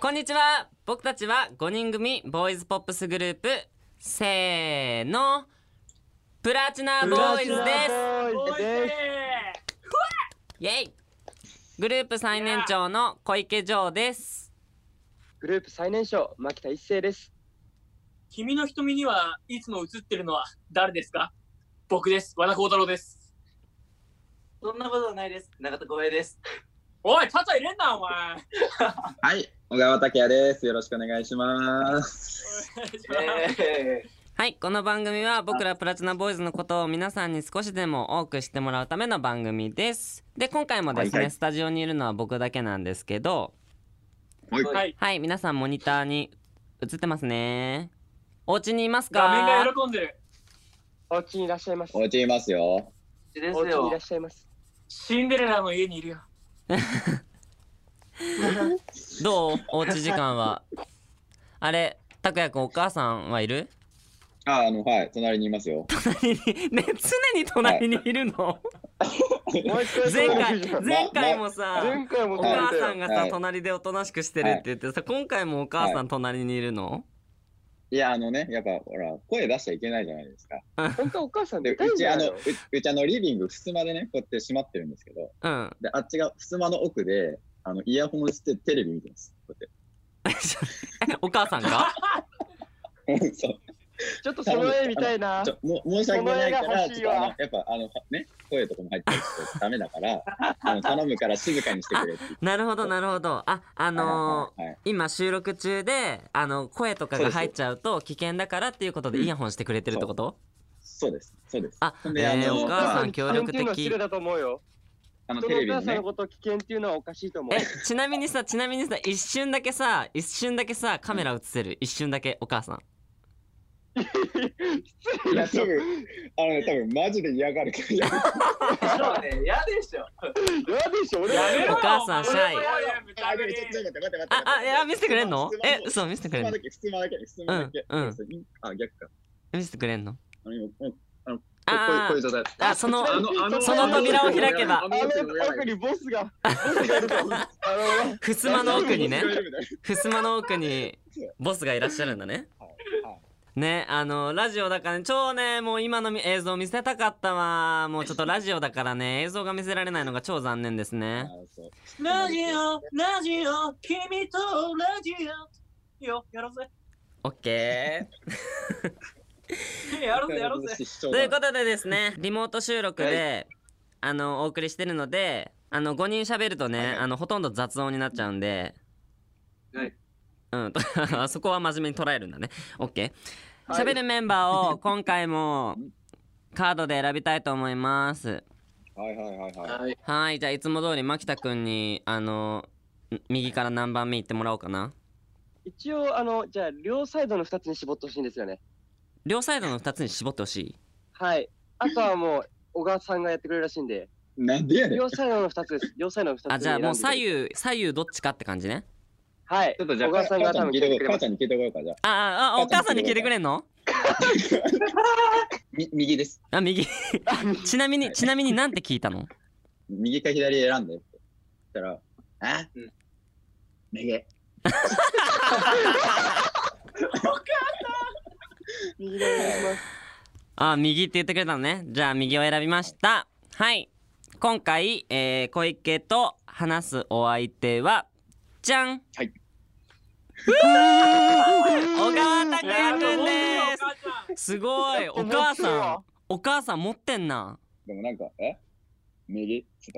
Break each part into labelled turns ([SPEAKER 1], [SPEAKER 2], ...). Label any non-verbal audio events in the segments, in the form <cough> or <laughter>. [SPEAKER 1] こんにちは僕たちは5人組ボーイズポップスグループせーのプラチナボーイズですイエイグループ最年長の小池城です
[SPEAKER 2] グループ最年少、牧田一成です。
[SPEAKER 3] 君の瞳にはいつも映ってるのは誰ですか僕です。和田幸太郎です。
[SPEAKER 4] そんなことはないです。永田光栄です。
[SPEAKER 3] おい、肩入れんな、お前。
[SPEAKER 5] はい、小川拓也です。よろしくお願いします。
[SPEAKER 4] え
[SPEAKER 1] はいこの番組は僕らプラチナボーイズのことを皆さんに少しでも多く知ってもらうための番組ですで今回もですね、
[SPEAKER 5] はいはい
[SPEAKER 1] スタジオにいるのは僕だけなんですけど
[SPEAKER 3] <laughs>
[SPEAKER 5] はい
[SPEAKER 4] はい
[SPEAKER 1] はい皆さんモニターに映ってますねお家にいますか
[SPEAKER 3] 画面が喜んでる。
[SPEAKER 2] お家にいらっしゃいます。
[SPEAKER 5] お家いますよ。
[SPEAKER 4] ー、で
[SPEAKER 2] お家
[SPEAKER 4] す
[SPEAKER 2] にい
[SPEAKER 4] よ
[SPEAKER 2] らっ。しゃいます。
[SPEAKER 3] シンデレラの家にいるよ。
[SPEAKER 1] どうおうち時間はあれたくやくんお母さんはいる
[SPEAKER 5] あ、あの、はい、隣にいますよ。
[SPEAKER 1] <laughs> ね常に隣にいるの前回前回もさ
[SPEAKER 2] 前回も
[SPEAKER 1] お
[SPEAKER 2] 撮ら
[SPEAKER 1] 母
[SPEAKER 2] れた
[SPEAKER 1] さ
[SPEAKER 2] よ
[SPEAKER 1] んが
[SPEAKER 5] は
[SPEAKER 1] さ
[SPEAKER 5] い
[SPEAKER 1] 隣でおとなしくしてるって言ってさ今回もお母さん隣にいるの
[SPEAKER 5] いや、あのね、やっぱ、ほら、声出しちゃいけないじゃないですか。
[SPEAKER 2] 本当はお母さん
[SPEAKER 5] で、
[SPEAKER 2] 出た
[SPEAKER 5] う
[SPEAKER 2] いん
[SPEAKER 5] ち、
[SPEAKER 2] じゃ
[SPEAKER 5] あ
[SPEAKER 2] ない
[SPEAKER 5] の、
[SPEAKER 2] の
[SPEAKER 5] ううち、あの、リビング、襖でね、こうやって閉まってるんですけど、
[SPEAKER 1] うん <laughs>
[SPEAKER 5] で、あっちが、襖の奥で、あの、イヤホンしてテレビ見てます。こう
[SPEAKER 1] お母さんが
[SPEAKER 5] やって。 <laughs> そう
[SPEAKER 2] ちょっとその絵みたいな
[SPEAKER 5] ち。ょも申し訳ないか
[SPEAKER 2] この絵が
[SPEAKER 5] ら、
[SPEAKER 2] 欲しい
[SPEAKER 5] ちょっとあの
[SPEAKER 2] わ
[SPEAKER 5] やっぱあのね、声とかも入ってるとダメだから、あの頼むから静かにしてくれって。
[SPEAKER 1] なるほどなるほどああのー
[SPEAKER 5] はいはい
[SPEAKER 1] 今収録中であの声とかが入っちゃうと危険だからっていうことでイヤホンしてくれてるってこと
[SPEAKER 5] そうです、そうです。
[SPEAKER 1] あ、え
[SPEAKER 5] であの
[SPEAKER 1] ー、お母さん協力的
[SPEAKER 2] 人のお母さんっていうのは失礼だと思うよ。
[SPEAKER 5] あの、
[SPEAKER 2] 人
[SPEAKER 5] テ
[SPEAKER 2] の
[SPEAKER 5] レ
[SPEAKER 2] お
[SPEAKER 5] ビの
[SPEAKER 2] 母さん
[SPEAKER 5] ね
[SPEAKER 2] の、ことを危険っていうのはおかしいと思う
[SPEAKER 1] え。ちなみにさちなみにさ一瞬だけさ一瞬だけさカメラ映せる一瞬だけお母さん
[SPEAKER 5] いや、多分、あのね、多分、マジで嫌
[SPEAKER 1] <laughs>
[SPEAKER 5] がるから嫌がる。
[SPEAKER 4] でしょうね。嫌でしょ。
[SPEAKER 2] やでしょ、俺
[SPEAKER 3] やめろ
[SPEAKER 1] お母さんシャイ
[SPEAKER 3] 俺もやるよ無茶ぶ
[SPEAKER 5] あ、でも
[SPEAKER 3] り
[SPEAKER 5] ちょっと待って待って待って。
[SPEAKER 1] ああいや見せてくれんの
[SPEAKER 5] 質問
[SPEAKER 1] えそう見せてく
[SPEAKER 5] 質
[SPEAKER 1] れん
[SPEAKER 5] 問
[SPEAKER 1] の
[SPEAKER 5] だけ、質問だけ、質問だけ。
[SPEAKER 1] うんうん
[SPEAKER 5] あ、逆か。
[SPEAKER 1] 見せてくれんの
[SPEAKER 5] あの、今、もう
[SPEAKER 1] あ
[SPEAKER 5] こういうこうい
[SPEAKER 1] ー
[SPEAKER 5] う状態。
[SPEAKER 1] あその
[SPEAKER 5] ああ
[SPEAKER 1] その扉を開けば
[SPEAKER 5] あの
[SPEAKER 2] あ
[SPEAKER 5] 人もや
[SPEAKER 2] の
[SPEAKER 5] ば
[SPEAKER 2] 奥
[SPEAKER 5] い
[SPEAKER 2] にボスが、ボスがいると。あの、
[SPEAKER 1] 襖の奥にね
[SPEAKER 5] 人もいるみたい
[SPEAKER 1] 襖の奥にボスがいらっしゃるんだね
[SPEAKER 5] はいはい
[SPEAKER 1] ねあのラジオだからね超ねもう今のみ映像見せたかったわもうちょっとラジオだからね映像が見せられないのが超残念です
[SPEAKER 5] な
[SPEAKER 1] ね
[SPEAKER 5] あそう
[SPEAKER 3] ラジオ、ラジオ、君とラジオ。いいよ、やろうぜ。
[SPEAKER 1] オッケー
[SPEAKER 3] やろうぜ、やろうぜ。
[SPEAKER 5] 失笑
[SPEAKER 1] と
[SPEAKER 5] だ
[SPEAKER 1] いうことでですねリモート収録で、あのお送りしてるのであの5人喋るとね、
[SPEAKER 5] はいはい
[SPEAKER 1] あのほとんど雑音になっちゃうんで
[SPEAKER 4] はい
[SPEAKER 1] うん、 <laughs> あそこは真面目に捉えるんだね OK
[SPEAKER 2] はい
[SPEAKER 1] 喋るメンバーを今回もカードで選びたいと思います
[SPEAKER 5] はいはいはいはい。
[SPEAKER 4] はい。
[SPEAKER 1] はいじゃあいつも通り牧田君にあのん右から何番目行ってもらおうかな
[SPEAKER 2] 一応、あの、じゃあ、両サイドの二つに絞ってほしいんですよね。
[SPEAKER 1] 両サイドの2つに絞ってほしい
[SPEAKER 2] はい。あとはもう、小川さんがやってくれるらしいん
[SPEAKER 5] <laughs>
[SPEAKER 2] で、
[SPEAKER 5] なんでやねん。ちょ
[SPEAKER 2] 両サイドの二つです。両サイドの二つに
[SPEAKER 1] あじゃあ
[SPEAKER 2] 選んで
[SPEAKER 1] もう左右左右どっちかって感じね
[SPEAKER 2] はい。
[SPEAKER 5] っとじゃあ、
[SPEAKER 2] 小
[SPEAKER 5] か
[SPEAKER 2] 川さんが
[SPEAKER 5] 母ちゃ
[SPEAKER 2] 多
[SPEAKER 5] ん
[SPEAKER 2] 分
[SPEAKER 5] に聞
[SPEAKER 2] 聞
[SPEAKER 5] い
[SPEAKER 2] い
[SPEAKER 5] て
[SPEAKER 2] てく
[SPEAKER 5] こよう。
[SPEAKER 2] れ
[SPEAKER 5] 母
[SPEAKER 2] ます。
[SPEAKER 5] ちゃんに聞いてこようか、じゃあ。
[SPEAKER 1] あああお母さんに聞いてくれんの
[SPEAKER 5] み右です。
[SPEAKER 1] <laughs> あ右ちなみにちなみになんて聞いたの
[SPEAKER 5] 右か左選んでって。言ったら、あ
[SPEAKER 4] うん
[SPEAKER 5] 右。
[SPEAKER 2] 右でお願いします。
[SPEAKER 1] あ右って言ってくれたのねじゃあ右を選びましたはい今回、えー、小池と話すお相手はじゃん
[SPEAKER 5] はいう
[SPEAKER 1] わー小川拓也くんで
[SPEAKER 3] お母ちゃん
[SPEAKER 1] すすごいお母さんお母さん持ってんな
[SPEAKER 5] でもなんか、え右っつっ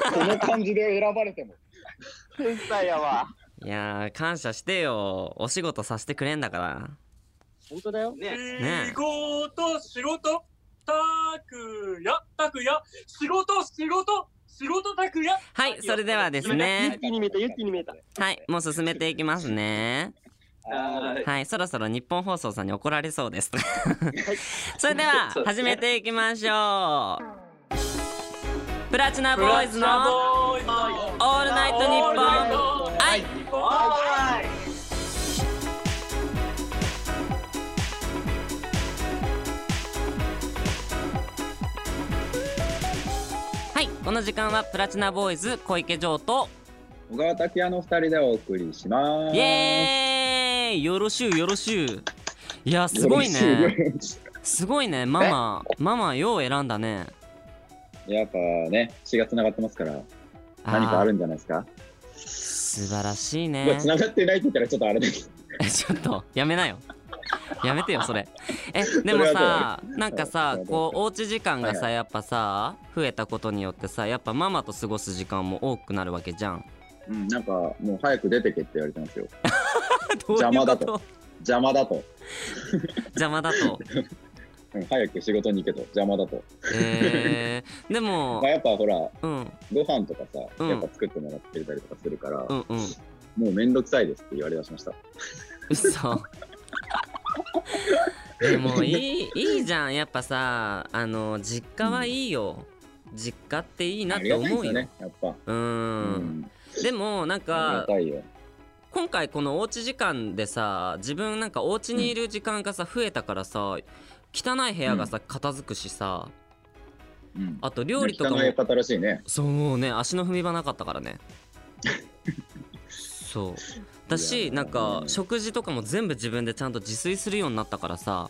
[SPEAKER 5] た <laughs> ら。この感じで選ばれても。
[SPEAKER 2] 天才やわ。
[SPEAKER 1] いやー感謝してよお仕事させてくれんだから
[SPEAKER 2] 本当だよ。
[SPEAKER 4] ね。
[SPEAKER 1] ね
[SPEAKER 3] 仕事、仕事、たくや、たくや、仕事、仕事、仕事たくや。
[SPEAKER 1] はいそれではですね
[SPEAKER 2] 気に見えたユッキーに見えた
[SPEAKER 1] はいもう進めていきますね
[SPEAKER 5] あー
[SPEAKER 1] はい、そろそろ日本放送さんに怒られそうです。 <laughs> それでは
[SPEAKER 4] そうです
[SPEAKER 1] 始
[SPEAKER 4] ね
[SPEAKER 1] めていきましょう。プラチナ
[SPEAKER 3] プ
[SPEAKER 1] ボーイズの
[SPEAKER 3] ボーイズの
[SPEAKER 1] オールナイトニ
[SPEAKER 3] オールナ
[SPEAKER 1] ッ
[SPEAKER 3] イ
[SPEAKER 1] ポン
[SPEAKER 3] トニッポン
[SPEAKER 1] 愛。
[SPEAKER 3] はい
[SPEAKER 1] はい、この時間はプラチナボーイズ小池城と
[SPEAKER 5] 小川拓也の二人でお送りします。
[SPEAKER 1] イエーイよろしゅうよろしゅういやすごい
[SPEAKER 5] よ
[SPEAKER 1] ね
[SPEAKER 5] ろし
[SPEAKER 1] すごいねママママよう選んだね
[SPEAKER 5] い <laughs> やっぱね、血が繋がってますから、
[SPEAKER 1] ー
[SPEAKER 5] 何かあるんじゃないですか。
[SPEAKER 1] 素晴らしいね
[SPEAKER 5] まあ繋がってないって言ったらちょっとあれです。
[SPEAKER 1] え <laughs> ちょっとやめなよやめてよそれえでも
[SPEAKER 5] <laughs> それは
[SPEAKER 1] さなんかさ
[SPEAKER 5] はい
[SPEAKER 1] こうおうち時間が
[SPEAKER 5] はい
[SPEAKER 1] さやっぱさ増えたことによってさやっぱママと過ごす時間も多くなるわけじゃん <laughs>
[SPEAKER 5] うん、なんかもう早く出てけって言われてますよ。
[SPEAKER 1] どういうこと
[SPEAKER 5] 邪魔だと邪魔だと。
[SPEAKER 1] 邪魔だと
[SPEAKER 5] うん、早く仕事に行けと。邪魔だと。
[SPEAKER 1] え
[SPEAKER 5] <laughs>
[SPEAKER 1] ー、でも
[SPEAKER 5] まあ、やっぱほら、
[SPEAKER 1] うん
[SPEAKER 5] ご飯とかさ、
[SPEAKER 1] うん
[SPEAKER 5] やっぱ作ってもらってたりとかするから、
[SPEAKER 1] うんうん
[SPEAKER 5] もうめんどくさいですって言われだしました。
[SPEAKER 1] 嘘 <laughs> でもいいいいじゃんやっぱさあの実家はいいよ、実家っていいな
[SPEAKER 5] あ
[SPEAKER 1] っ
[SPEAKER 5] り
[SPEAKER 1] て
[SPEAKER 5] がたいで
[SPEAKER 1] 思
[SPEAKER 5] す
[SPEAKER 1] う
[SPEAKER 5] よ
[SPEAKER 1] よ
[SPEAKER 5] ね、やっぱ。
[SPEAKER 1] う、。
[SPEAKER 5] うん
[SPEAKER 1] でもなん
[SPEAKER 5] あり
[SPEAKER 1] か
[SPEAKER 5] がたいよ。
[SPEAKER 1] 今回このおうち時間でさ自分なんかお家にいる時間がさ増えたからさ汚い部屋がさ片付くしさ
[SPEAKER 5] うん。
[SPEAKER 1] あと料理とかも
[SPEAKER 5] 汚い方らしいね。
[SPEAKER 1] そうもうね足の踏み場なかったから
[SPEAKER 5] <laughs>
[SPEAKER 1] ねそうだ
[SPEAKER 5] い
[SPEAKER 1] し
[SPEAKER 5] やー
[SPEAKER 1] なんか
[SPEAKER 5] うん
[SPEAKER 1] 食事とかも全部自分でちゃんと自炊するようになったからさ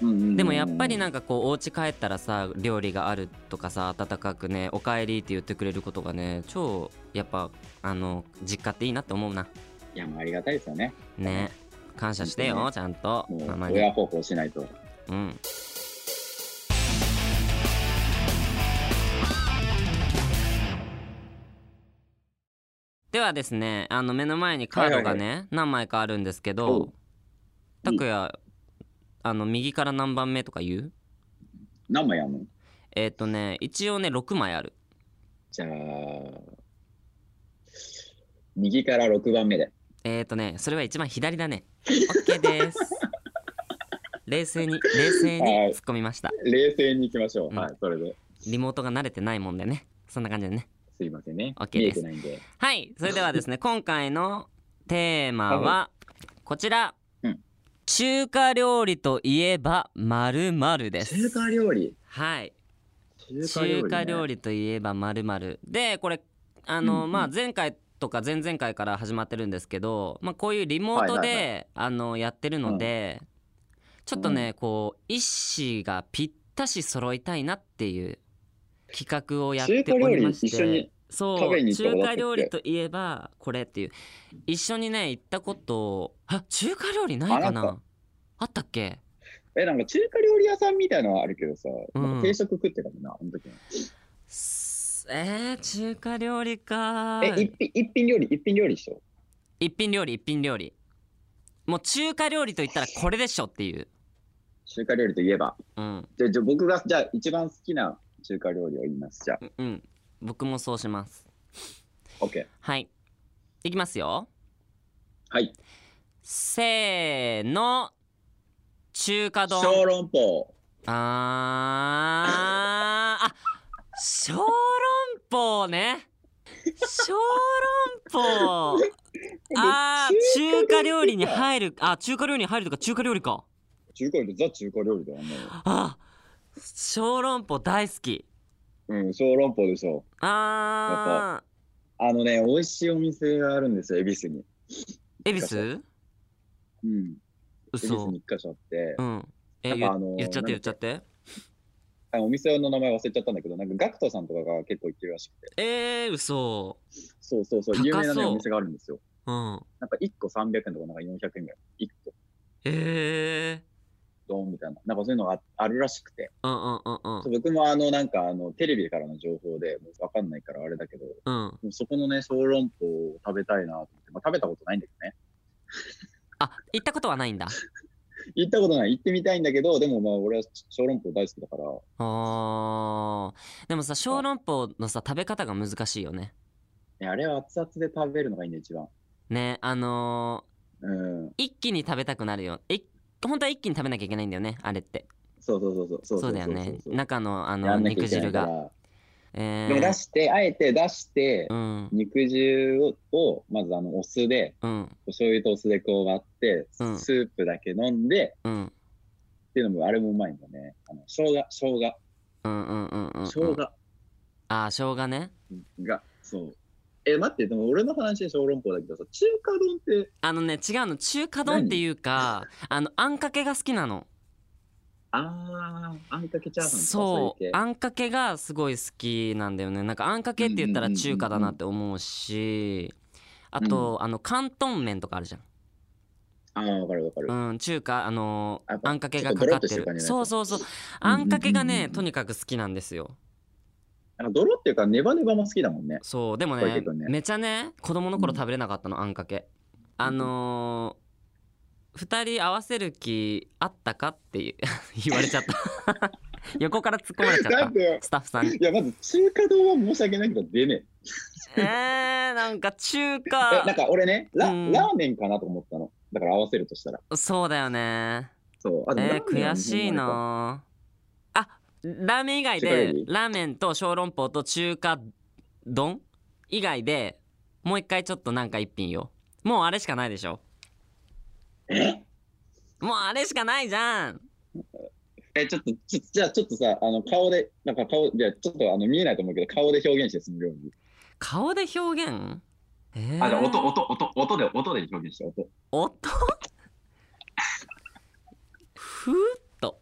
[SPEAKER 5] うんうんうん
[SPEAKER 1] でもやっぱりなんんかこうお家帰ったらさ料理があるとかさ温かくね「おかえり」って言ってくれることがね超やっぱあの実家っていいなって思うない
[SPEAKER 5] や、もうありがたいですよね。
[SPEAKER 1] ね感謝してよちゃんと
[SPEAKER 5] も
[SPEAKER 1] ママ
[SPEAKER 5] う
[SPEAKER 1] に
[SPEAKER 5] 親孝行しないと。
[SPEAKER 1] うんではですねあの目の前にカードがね、何枚かあるんですけ
[SPEAKER 5] お
[SPEAKER 1] ど
[SPEAKER 5] う
[SPEAKER 1] 拓也あの右から何番目とか言う
[SPEAKER 5] 何枚やんの
[SPEAKER 1] えっ、とね一応ね6枚ある
[SPEAKER 5] じゃあ、右から6番目で。
[SPEAKER 1] えっ、とねそれは一番左だね OK
[SPEAKER 5] <laughs>
[SPEAKER 1] です冷静に冷静に
[SPEAKER 5] はい
[SPEAKER 1] 突っ込みました
[SPEAKER 5] 冷静に行きましょう。
[SPEAKER 1] うん
[SPEAKER 5] はい、それで。
[SPEAKER 1] リモートが慣れてないもんでねそんな感じでね
[SPEAKER 5] すいませんね。
[SPEAKER 1] OK
[SPEAKER 5] 見え
[SPEAKER 1] です
[SPEAKER 5] てないんで。
[SPEAKER 1] はい、それでは
[SPEAKER 5] <laughs>
[SPEAKER 1] ですね、今回のテーマはこちら。
[SPEAKER 5] うん
[SPEAKER 1] 中華料理といえばまるまるです。
[SPEAKER 5] 中華料理。
[SPEAKER 1] はい、
[SPEAKER 5] 中
[SPEAKER 1] 中華料
[SPEAKER 5] 理ね。
[SPEAKER 1] 理といえばまるまるで、これあの、
[SPEAKER 5] うんうん
[SPEAKER 1] まあ前回とか前々回から始まってるんですけど、まあこういうリモートで、
[SPEAKER 5] はいはい
[SPEAKER 1] あのやってるので、ちょっとね、こう一子がぴったし揃いたいなっていう企画をやっておりまして、
[SPEAKER 5] 中華料理一緒に
[SPEAKER 1] そう
[SPEAKER 5] 食べに行った
[SPEAKER 1] 中
[SPEAKER 5] ことだっ
[SPEAKER 1] 華
[SPEAKER 5] け
[SPEAKER 1] 料理といえばこれっていう一緒にね行ったことあ中華料理ないか
[SPEAKER 5] あ
[SPEAKER 1] な
[SPEAKER 5] なん
[SPEAKER 1] あったっけ
[SPEAKER 5] え、なんか中華料理屋さんみたいのはあるけどさ、
[SPEAKER 1] ん
[SPEAKER 5] なんか定食食ってたもんな、あの時は。
[SPEAKER 1] すえー、中華料理か
[SPEAKER 5] え、一品、一品料理、一品料理でしょ
[SPEAKER 1] 一品料理一品料理もう中華料理と言ったらこれでしょっていう
[SPEAKER 5] 中華料理といえば。
[SPEAKER 1] うん
[SPEAKER 5] じゃあ、じゃあ僕が、じゃあ一番好きな中華料理を言います。じゃあ、
[SPEAKER 1] うんうん僕もそうします
[SPEAKER 5] OK。
[SPEAKER 1] はいいきますよ
[SPEAKER 5] はい。
[SPEAKER 1] せーの中華丼
[SPEAKER 5] 小籠包。
[SPEAKER 1] あーあ小籠包ね小
[SPEAKER 5] <laughs>
[SPEAKER 1] 籠包あー中華料理に入るあ中華料理に入るとか中華料理か
[SPEAKER 5] 中華料理、ザ中華料理だよね。
[SPEAKER 1] あ小籠包大好き
[SPEAKER 5] うん、小籠包でしょ。
[SPEAKER 1] あ
[SPEAKER 5] あのね、美味しいお店があるんですよ、恵比寿に。
[SPEAKER 1] ー恵比寿
[SPEAKER 5] うん。恵比寿
[SPEAKER 1] 嘘
[SPEAKER 5] に一箇所あって
[SPEAKER 1] う、んえ
[SPEAKER 5] やっ
[SPEAKER 1] 言
[SPEAKER 5] ぱあのー
[SPEAKER 1] 言っちゃって言っちゃって
[SPEAKER 5] あお店の名前忘れちゃったんだけど、なんかガクトさんとかが結構行ってるらしくて、
[SPEAKER 1] えー、嘘
[SPEAKER 5] そうそうそう、
[SPEAKER 1] 高そう
[SPEAKER 5] 有名な、ね、お店があるんですよ。
[SPEAKER 1] うん
[SPEAKER 5] なんか1個300円とか、なんか400円ぐらい。1個、
[SPEAKER 1] え
[SPEAKER 5] ドーンみたいな。なんかそういうのがああるらしくて。
[SPEAKER 1] ー、うんうんうん
[SPEAKER 5] そう僕もあの、なんかあの、テレビからの情報で、もうわかんないからあれだけど、
[SPEAKER 1] うんうん
[SPEAKER 5] もうそこのね、小籠包を食べたいなと思って、まあ食べたことないんだけどね。
[SPEAKER 1] あ行ったことはないんだ
[SPEAKER 5] 行ったことない。行ってみたいんだけど、でもまあ俺は小籠包大好きだから、
[SPEAKER 1] あーでもさ小籠包のさ食べ方が難しいよね
[SPEAKER 5] ねあれは熱々で食べるのがいいんだよ、一番。
[SPEAKER 1] ねあの
[SPEAKER 5] うん。
[SPEAKER 1] ー一気に食べたくなるよい本当は一気に食べなきゃいけないんだよねあれって
[SPEAKER 5] そうそうそうそう。そ
[SPEAKER 1] そうう
[SPEAKER 5] そう
[SPEAKER 1] だよね
[SPEAKER 5] そうそう
[SPEAKER 1] 中のあ
[SPEAKER 5] や
[SPEAKER 1] の
[SPEAKER 5] ん
[SPEAKER 1] 肉
[SPEAKER 5] なきゃいけない
[SPEAKER 1] 汁
[SPEAKER 5] から
[SPEAKER 1] がえー
[SPEAKER 5] でも出して、あえて出して、
[SPEAKER 1] うん
[SPEAKER 5] 肉汁を、をまずあの、お酢で、
[SPEAKER 1] うん
[SPEAKER 5] お醤油とお酢でこう割って、
[SPEAKER 1] うん
[SPEAKER 5] スープだけ飲んで、
[SPEAKER 1] うん
[SPEAKER 5] っていうのも、あれもうまいんだよね。あの、生姜、生姜、
[SPEAKER 1] うんうんうんうんうん
[SPEAKER 5] 生姜
[SPEAKER 1] あー生姜ね
[SPEAKER 5] が、そう。え、待って、でも俺の話は小籠包だけどさ、中華丼って、
[SPEAKER 1] あのね違うの中華丼っていうかあのあんかけが好きなの
[SPEAKER 5] あー、あんかけチャーハンとか
[SPEAKER 1] そう
[SPEAKER 5] い系
[SPEAKER 1] あんかけがすごい好きなんだよねなんかあんかけって言ったら中華だなって思うしあと、あの広東麺とかあるじゃん
[SPEAKER 5] あー、わかるわかる。
[SPEAKER 1] うん、中華あのー
[SPEAKER 5] やっぱ
[SPEAKER 1] あんかけがかかって
[SPEAKER 5] ちょっとドロッとしてる感
[SPEAKER 1] る
[SPEAKER 5] じ
[SPEAKER 1] そ
[SPEAKER 5] の
[SPEAKER 1] う
[SPEAKER 5] やつ
[SPEAKER 1] そうそう
[SPEAKER 5] うん
[SPEAKER 1] あんかけが
[SPEAKER 5] うんうん
[SPEAKER 1] ね
[SPEAKER 5] うん
[SPEAKER 1] とにかく好きなんですよ
[SPEAKER 5] あの泥っていうか、ネバネバも好きだもんね。
[SPEAKER 1] そうでも
[SPEAKER 5] これ
[SPEAKER 1] ね
[SPEAKER 5] 結構ね
[SPEAKER 1] めちゃね子供の頃
[SPEAKER 5] うん
[SPEAKER 1] 食べれなかったのあんかけあのー、2人合わせる気あったかっていう <laughs> 言われちゃった <laughs> 横から突っ込まれちゃ
[SPEAKER 5] だ
[SPEAKER 1] っ
[SPEAKER 5] って
[SPEAKER 1] た、スタッフさんに
[SPEAKER 5] いや、まず中華丼は申し訳ないけど、出ねえ。
[SPEAKER 1] えー、なんか中
[SPEAKER 5] え、なん
[SPEAKER 1] 華
[SPEAKER 5] か俺ね、ラ
[SPEAKER 1] うん
[SPEAKER 5] ラーメンかなと思ったの。だから合わせるとしたら。
[SPEAKER 1] そうだよね
[SPEAKER 5] そう。あでもラ
[SPEAKER 1] えー、
[SPEAKER 5] ーメンは
[SPEAKER 1] 悔しいなあラーメン以外
[SPEAKER 5] 中華
[SPEAKER 1] で
[SPEAKER 5] 料理
[SPEAKER 1] ラーメンと小籠包と中華丼以外でもう一回ちょっとなんか一品よもうあれしかないでしょ
[SPEAKER 5] え
[SPEAKER 1] もうあれしかないじゃん
[SPEAKER 5] え、ちょっと、ちょじゃあちょっとさ、あの顔で、なんか顔、じゃあちょっとあの見えないと思うけど、顔で表現して、その料理。
[SPEAKER 1] 顔で表現えー、
[SPEAKER 5] あ、じゃあ音、音、音、音で、音で表現して、音。
[SPEAKER 1] 音ふーっと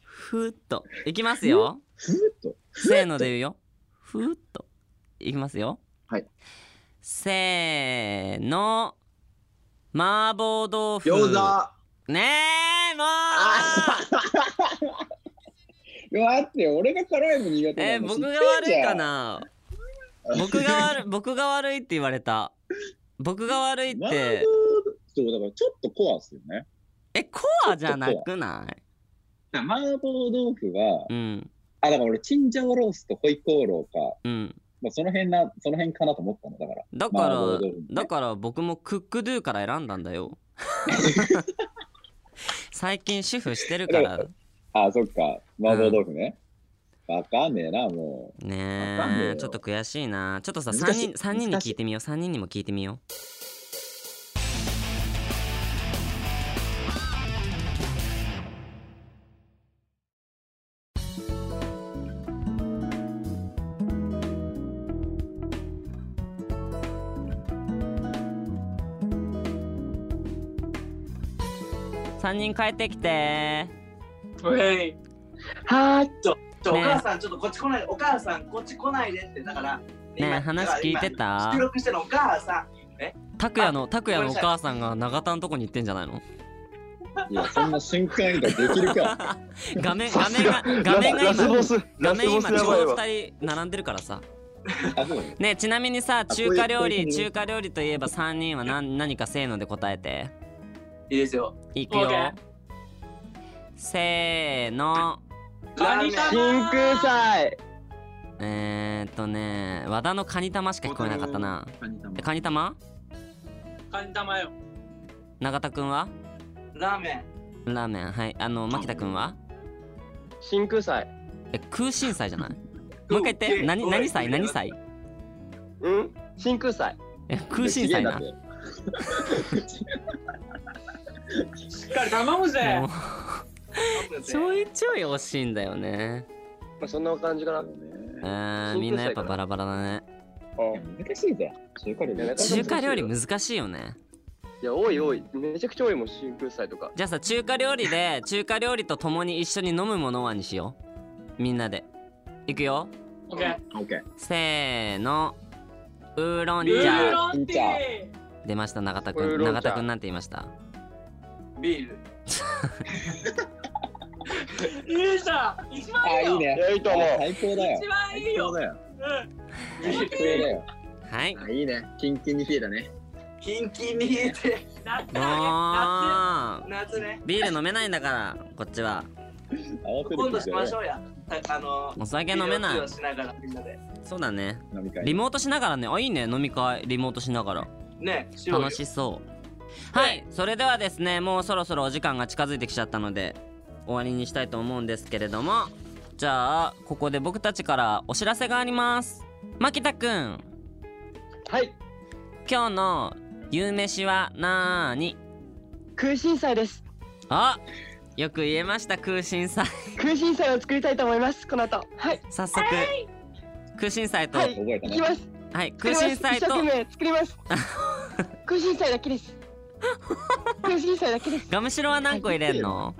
[SPEAKER 1] ふーっといきますよ
[SPEAKER 5] ふーっと。
[SPEAKER 1] せーので言うよ。ふーっと。いきますよ。
[SPEAKER 5] はい。
[SPEAKER 1] せーの。麻婆豆腐。
[SPEAKER 5] 餃子。
[SPEAKER 1] ねえ、もう。
[SPEAKER 5] いや待って、俺が辛いの苦手
[SPEAKER 1] え
[SPEAKER 5] な
[SPEAKER 1] ー
[SPEAKER 5] の
[SPEAKER 1] 僕
[SPEAKER 5] 知ってん
[SPEAKER 1] が
[SPEAKER 5] じ
[SPEAKER 1] 悪い
[SPEAKER 5] ゃ
[SPEAKER 1] か
[SPEAKER 5] ん
[SPEAKER 1] な。僕が
[SPEAKER 5] <laughs>
[SPEAKER 1] 悪い、僕が悪いって言われた。僕が悪いっ
[SPEAKER 5] 麻
[SPEAKER 1] て
[SPEAKER 5] 婆。そう、だからちょっとコアっすよね。
[SPEAKER 1] え、コアじゃなくない。
[SPEAKER 5] 麻婆豆腐は、
[SPEAKER 1] うん。
[SPEAKER 5] あ、だから俺、チンジャオロースとホイコーローか、
[SPEAKER 1] うん。
[SPEAKER 5] まあ、その辺な、その辺かなと思ったの、だから。
[SPEAKER 1] だか
[SPEAKER 5] 麻婆
[SPEAKER 1] ら
[SPEAKER 5] 豆腐ね、
[SPEAKER 1] だから僕もクックドゥから選んだんだよ。最近主婦してるから。
[SPEAKER 5] あそっか。麻婆豆腐ね。わ、かんねえな、もわかんねえ
[SPEAKER 1] ねえ
[SPEAKER 5] よ
[SPEAKER 1] ちょっと悔しいなちょっとさ
[SPEAKER 5] 難
[SPEAKER 1] 3
[SPEAKER 5] しい
[SPEAKER 1] 人三人に
[SPEAKER 5] 難しい
[SPEAKER 1] 聞いてみよう3人にも聞いてみよう3人帰ってきて
[SPEAKER 3] えい
[SPEAKER 2] はーい。
[SPEAKER 4] ちょ、
[SPEAKER 1] ねえ
[SPEAKER 4] お母さん、ちょっとこっち来ないで、お母さん、こっち来ないでって、だから。
[SPEAKER 1] ねえ
[SPEAKER 4] 今
[SPEAKER 1] 話聞いてた
[SPEAKER 4] 今収録してるお母さん。
[SPEAKER 1] 拓也の拓也のお
[SPEAKER 4] ごめんな
[SPEAKER 1] 母
[SPEAKER 4] さい
[SPEAKER 1] さんが永田のとこに行ってんじゃないの
[SPEAKER 5] う。いや、そんな瞬間移動できる
[SPEAKER 1] <laughs>
[SPEAKER 5] か。
[SPEAKER 1] 画面画面が画面が
[SPEAKER 2] ラスボ
[SPEAKER 1] 今
[SPEAKER 2] ス、
[SPEAKER 1] 画
[SPEAKER 2] ラス
[SPEAKER 1] 面
[SPEAKER 2] ボ
[SPEAKER 1] 今
[SPEAKER 2] ス
[SPEAKER 1] ち
[SPEAKER 2] や
[SPEAKER 1] ょ
[SPEAKER 2] ばいう
[SPEAKER 1] ど
[SPEAKER 2] わ。
[SPEAKER 1] 2人並んでるからさ
[SPEAKER 5] あ、そうだね。
[SPEAKER 1] ねえちなみにさ
[SPEAKER 5] こういう
[SPEAKER 1] 中華料
[SPEAKER 5] こういう
[SPEAKER 1] 理
[SPEAKER 5] 感じ
[SPEAKER 1] 中華料理といえば3人は何何かせーので答えて
[SPEAKER 4] いいですよ。
[SPEAKER 1] いくよ
[SPEAKER 3] OK
[SPEAKER 1] せーの
[SPEAKER 3] カニ
[SPEAKER 4] ラ
[SPEAKER 3] 玉
[SPEAKER 4] ーメン
[SPEAKER 2] 真空祭。
[SPEAKER 1] えー、っとね和田のカニ玉しか聞こえなかったな
[SPEAKER 5] カニ玉
[SPEAKER 1] えカニ玉
[SPEAKER 3] カニ玉よ
[SPEAKER 1] 永田くんは
[SPEAKER 4] ラーメン。
[SPEAKER 1] ラーメンはいあの牧田くんは
[SPEAKER 2] 真空祭。
[SPEAKER 1] え空心菜じ
[SPEAKER 2] <laughs>
[SPEAKER 1] ゃないもう一回言って何何菜何菜
[SPEAKER 2] うん真空祭。
[SPEAKER 1] え空心菜な
[SPEAKER 5] で
[SPEAKER 3] しっかり頼むぜ
[SPEAKER 1] もうちょいちょい惜しいんだよね
[SPEAKER 2] まあそんな感じかな。
[SPEAKER 5] きげ
[SPEAKER 1] う
[SPEAKER 5] えになって
[SPEAKER 1] ーんみんなやっぱバラバラだね
[SPEAKER 5] るよね。難しいぜ。中華料理。
[SPEAKER 1] 中華料理難しいよね
[SPEAKER 2] いや、多い多い。めちゃくちゃ多いもん、真空祭とか。
[SPEAKER 1] じゃあさ中華料理で中華料理と共に一緒に飲むものはにしようみんなでいくよ
[SPEAKER 3] オッケー
[SPEAKER 5] オッケー。
[SPEAKER 1] せーのウーロン
[SPEAKER 3] ウー
[SPEAKER 1] 茶
[SPEAKER 3] ロンティー
[SPEAKER 1] 出ました永田
[SPEAKER 2] ウ
[SPEAKER 1] く
[SPEAKER 2] ー
[SPEAKER 1] ん
[SPEAKER 2] ロン茶
[SPEAKER 1] 永田くんなんて言いました
[SPEAKER 4] ビール。
[SPEAKER 3] いいじゃん一番
[SPEAKER 5] あ、
[SPEAKER 3] いい
[SPEAKER 5] いい
[SPEAKER 3] よ
[SPEAKER 5] ね。
[SPEAKER 2] いやいいと思う
[SPEAKER 5] 最高だよ
[SPEAKER 3] 一。番いい
[SPEAKER 5] 最高
[SPEAKER 3] よ
[SPEAKER 5] だよ。
[SPEAKER 3] うん
[SPEAKER 5] 最高だよ。 <laughs>
[SPEAKER 1] はい
[SPEAKER 5] あ、いいね。キンキンに冷えたね。
[SPEAKER 4] <laughs> キンキンに冷えて、
[SPEAKER 3] 夏だね
[SPEAKER 1] も
[SPEAKER 4] 夏ね。
[SPEAKER 1] うビール飲めないんだからこっちは
[SPEAKER 5] 合わせる
[SPEAKER 4] 今度しまし
[SPEAKER 5] ょ
[SPEAKER 4] ょうや。たあの
[SPEAKER 1] お酒飲めない
[SPEAKER 4] ビールをしながらみんなで。
[SPEAKER 1] そうだね
[SPEAKER 5] う。飲み会。
[SPEAKER 1] リモートしながらねあいいね飲み会リモートしながら
[SPEAKER 4] ね、しようよ
[SPEAKER 1] 楽しそうはいそれではですねもうそろそろお時間が近づいてきちゃったので終わりにしたいと思うんですけれどもじゃあここで僕たちからお知らせがあります牧田くん
[SPEAKER 2] はい。
[SPEAKER 1] 今日の夕飯はなーに
[SPEAKER 2] 空心菜です。
[SPEAKER 1] あよく言えました空心菜 <laughs>
[SPEAKER 2] 空心菜を作りたいと思います。この後。はい。
[SPEAKER 1] 早速空心菜と、
[SPEAKER 2] は
[SPEAKER 1] はいい、
[SPEAKER 5] 覚えた
[SPEAKER 2] い
[SPEAKER 5] な
[SPEAKER 2] き。ます作
[SPEAKER 1] 空
[SPEAKER 2] りま
[SPEAKER 1] 心菜
[SPEAKER 2] す一生
[SPEAKER 1] と
[SPEAKER 2] 懸命作ります
[SPEAKER 1] <laughs>
[SPEAKER 2] 空心菜だけです空心菜だけです
[SPEAKER 1] ガムシロは何個入れんの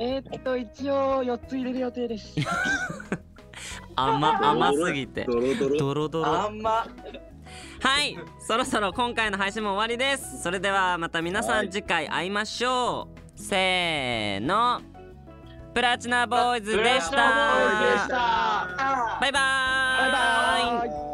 [SPEAKER 2] えー、っと一応四つ入れる予定です
[SPEAKER 1] 甘甘すぎて
[SPEAKER 5] ドロドロ。
[SPEAKER 1] ドロドロ
[SPEAKER 4] あんま
[SPEAKER 1] はいそろそろ今回の配信も終わりですそれではまた皆さ
[SPEAKER 5] は
[SPEAKER 1] ん
[SPEAKER 5] い
[SPEAKER 1] 次回会いましょうせーのプラチナボーイズでし
[SPEAKER 3] プラチナボーイズで
[SPEAKER 1] た
[SPEAKER 3] した
[SPEAKER 1] バイバーイ
[SPEAKER 2] バイバーイ
[SPEAKER 5] あー